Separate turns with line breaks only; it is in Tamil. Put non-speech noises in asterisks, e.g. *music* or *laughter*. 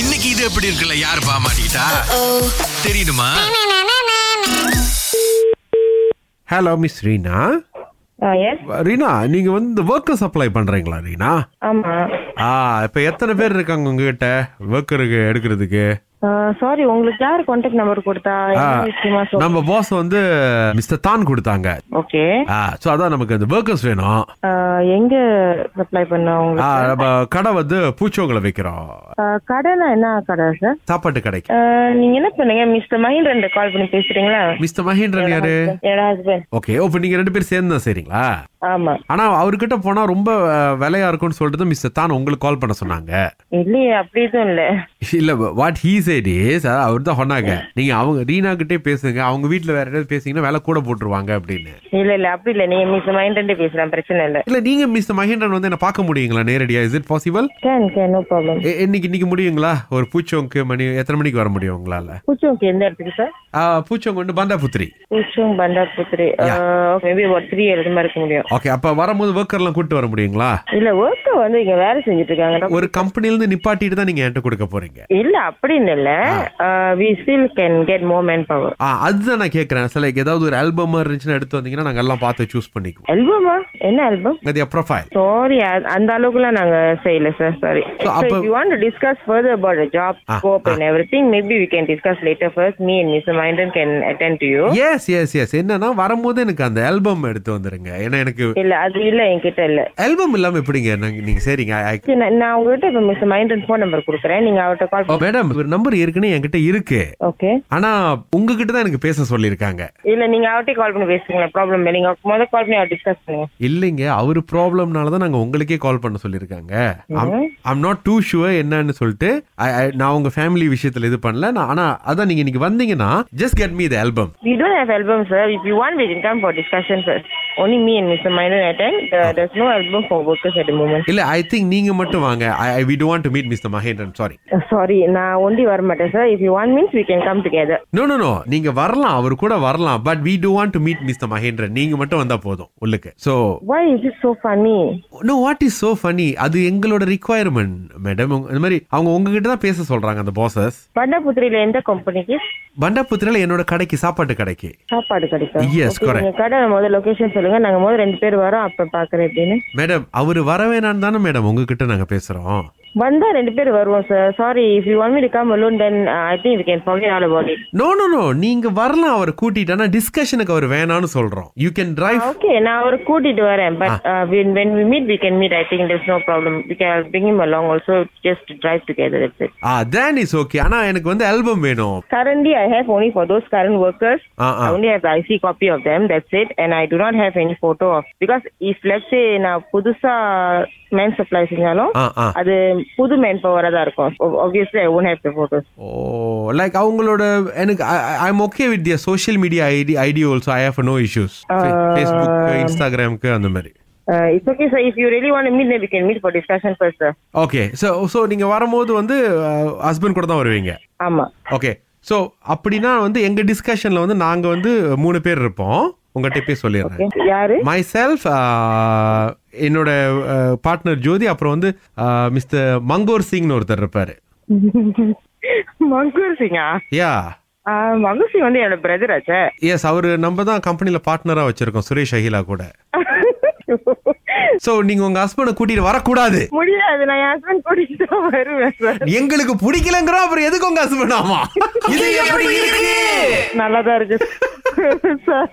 இன்னைக்கு இது எப்படி இருக்குல்ல யார் பாமாட்டா தெரியுமா
hello miss Reena
yes
Reena நீங்க வந்து ஒர்க்கர்ஸ் அப்ளை பண்றீங்களா ரீனா
ஆமா
ஆ இப்போ எத்தனை பேர் இருக்காங்க உங்ககிட்ட ஒர்க்கருக்கு எடுக்கிறதுக்கு
சாரி உங்களுக்கு யார் கான்டாக்ட் நம்பர் கொடுத்தா
ஆ,
என்ன விஷயமா சொல்
நம்ம பாஸ் வந்து மிஸ்டர் தான் கொடுத்தாங்க
ஓகே
ஆ ஸோ அதான் நமக்கு அந்த ஒர்க்கர்ஸ் வேணும்
எங்க அப்ளை பண்ண
ஆ
உங்களுக்கு
நம்ம கடை வந்து பூச்சோங்களை வைக்கிறோம்
Uh, கடைனா என்ன கடை சார்
சாப்பாட்டு கடைக்கு
நீங்க என்ன பண்ணுங்க மிஸ்டர் மஹிந்திரன் கால் பண்ணி பேசுறீங்களா
மிஸ்டர் மகேந்திரன் யாரு
என்னோட ஹஸ்பண்ட்
ஓகே இப்போ நீங்க ரெண்டு பேரும் சேர்ந்து தான் சரிங்களா
ஆமா
ஆனா அவர்கிட்ட போனா ரொம்ப அஹ், விலையா இருக்கும்னு சொல்லிட்டு தான் மிஸ்டர் தான் உங்களுக்கு கால் பண்ண சொன்னாங்க
இல்லையே அப்படி எதுவும் இல்ல
இல்ல வாட் ஹீ சைட் இஸ் அவர் தான் சொன்னாங்க நீங்க அவங்க ரீனா கிட்டே பேசுங்க அவங்க வீட்ல வேற யாராவது பேசிங்கன்னா வேலை கூட போட்டுருவாங்க அப்படின்னு
இல்ல இல்ல அப்படி இல்ல நீங்க மிஸ் மஹிந்திரன் பேசலாம் பிரச்சனை இல்ல
இல்ல நீங்க மிஸ்டர் மகேந்திரன் வந்து என்ன பார்க்க முடியுங்களா நேரடியா is it possible
can can no problem
இன்னைக்கு இன்னைக்கு முடியுங்களா ஒரு பூச்சோங்கு மணி எத்தனை மணிக்கு வர முடியும் உங்களால
பூச்சோங்க எந்த இடத்துக்கு சார்
ஆஹ், பூச்சோங்க வந்து பந்தாபுத்திரி
பூச்சோங் பண்டாபுத்திரி மேபி ஒரு த்ரீ எழுத மாதிரி இருக்க முடியும்
ஓகே அப்ப வரும்போது ஒர்க்கர்லாம் கூட்டு வர முடியுங்களா
இல்ல ஒர்க்க வந்து இங்க வேலை செஞ்சுட்டு இருக்காங்க
ஒரு கம்பெனில இருந்து நிப்பாட்டிட்டு தான் நீங்க என்கிட்ட கொடுக்க போறீங்க
இல்ல அப்படின்னு இல்ல we still can get more man power
ஆ அதுதான் நான் கேட்கறேன் சில ஏதாவது ஒரு ஆல்பம் இருந்துச்சுன்னா எடுத்து வந்தீங்கன்னா நாங்க எல்லாம் பார்த்து சூஸ் பண்ணிக்குவோம்
ஆல்பமா என்ன ஆல்பம்
அது ப்ரொஃபைல்
சாரி அந்த அளவுக்குலாம் நாங்க செய்யல சார் சாரி
So,
so
அப்ப-
if you want to discuss further about the job
Ah,
scope and everything maybe we can discuss later first me and Mr. Mindan can attend to you
yes yes yes என்னன்னா வரும்போது எனக்கு அந்த ஆல்பம் எடுத்து வந்துருங்க ஏன்னா எனக்கு
இல்ல அது இல்ல என்கிட்ட இல்ல
ஆல்பம் இல்லாம எப்படிங்க நாங்க- நீங்க சரிங்க
சரி, நான்- நான் உங்ககிட்ட இப்ப மிஸ்டர் மைண்டன் ஃபோன் நம்பர் கொடுக்குறேன் நீங்க அவர்கிட்ட கால் பண்ணி
மேடம் ஒரு நம்பர் ஏற்கனவே என்கிட்ட இருக்கு
ஓகே
ஆனா உங்ககிட்ட தான் எனக்கு பேச சொல்லியிருக்காங்க
இல்ல நீங்க அவர்கிட்ட கால் பண்ணி பேசுங்களா ப்ராப்ளம் இல்லை நீங்க முதல்ல கால் பண்ணி அவர் டிஸ்கஸ் பண்ணுங்க
இல்லைங்க அவர் ப்ராப்ளம்னால தான் நாங்க உங்களுக்கே கால் பண்ண சொல்லியிருக்காங்க ஐம் நாட் டூ ஷுவர் என்னன்னு சொல்லிட்டு I- I- நான் உங்க ஃபேமிலி விஷயத்துல இது பண்ணல நான் ஆனா அதான் நீங்க இன்னைக்கு வந்தீங்கன்னா just get me the album
We don't have album, sir. If you want, we can come for discussion first. Only me and Mr. Minor attend. Uh, There's no album for workers at the moment.
இல்ல ஐ திங்க் நீங்க மட்டும் வாங்க I V to meet mister Mahendran sorry
Uh, sorry, நான் ஒண்டி வர மாட்டேன் sir if you want means we can come together
no no no நீங்க வரலாம் அவர் கூட வரலாம் but we do want to meet mister Mahendran நீங்க மட்டும் வந்தா போதும் உள்ளுக்கு so
why is it so funny
no what is so funny அது எங்களோட ரிக்குவயர்மெண்ட் மேடம் இந்த மாதிரி அவங்க உங்ககிட்ட தான் பேச சொல்றாங்க அந்த பாசஸ்
பண்டபுத்திரியில எந்த கம்பெனிக்கு
பண்டாபுத்திரில என்னோட கடைக்கு சாப்பாட்டு கடைக்கு
சாப்பாடு கிடைக்கும்
Yes,
Okay,
correct.
நீங்க கடை முதல்ல லொகேஷன் சொல்லுங்க நாங்க முதல்ல ரெண்டு பேர் வரோம் அப்ப பாக்குறேன் அப்படின்னு
மேடம் அவர் வர வேணாம்னு தானே மேடம் உங்ககிட்ட நாங்க பேசுறோம்
வந்தா ரெண்டு பேர் வருவோம் sir sorry if you want me to come alone then I think we can forget all about it
no no no நீங்க வரலாம் அவர் கூட்டிட்டானா டிஸ்கஷனுக்கு அவர் வேணாம்னு சொல்றோம் யூ கேன் டிரைவ்
ஓகே நான் அவரை கூட்டிட்டு வரேன் uh, but when we meet we can meet I think there's no problem we can bring him along also just to drive together that's it
ah then is okay ஆனா எனக்கு வந்து ஆல்பம் வேணும்
currently i have only for those current workers
ஆ ஆ
I only have the IC copy of them, that's it, and I do not have any photo of because if let's say நான் புதுசா மேன் சப்ளை செஞ்சாலும்
ஆ ஆ
அது புது மேன் பவரா தான் இருக்கும் obviously I won't have the photos.
Oh like அவங்களோட எனக்கு I'm okay with their social media ID ID also I have no issues Facebook இன்ஸ்டாகிராமுக்கு அந்த மாதிரி
Uh, it's okay sir, if you really want to meet then we can meet for discussion first sir.
Okay so so நீங்கள் வரும்போது வந்து ஹஸ்பண்ட் கூட தான் வருவீங்க
ஆமா
ஓகே ஸோ அப்படின்னா வந்து எங்கள் டிஸ்கஷனில் வந்து நாங்கள் வந்து மூணு பேர் இருப்போம் உங்கள்கிட்ட போய் சொல்லிடுறேன்
யாரு *laughs*
மை செல்ஃப் என்னோட பார்ட்னர் ஜோதி அப்புறம் வந்து மிஸ்டர் மங்கோர் சிங்னு ஒருத்தர் இருப்பார்
மங்கூர் சிங்கா
யா
மங்கூர் சிங் வந்து என்னோட பிரதர் ஆச்சே
எஸ் அவர் நம்ம தான் கம்பெனியில் பார்ட்னராக வச்சுருக்கோம் சுரேஷ் அகிலா கூட சோ நீங்க உங்க ஹஸ்பண்ட கூட்டிட்டு வரக்கூடாது
*laughs* முடியாது நான் என் ஹஸ்பண்ட் கூட்டிட்டு தான் வருவேன் சார்
எங்களுக்கு பிடிக்கலங்கிறோம் அப்புறம் எதுக்கு உங்க ஹஸ்பண்ட் ஆமா இது எப்படி இருக்கு
நல்லா தான் இருக்கு சார்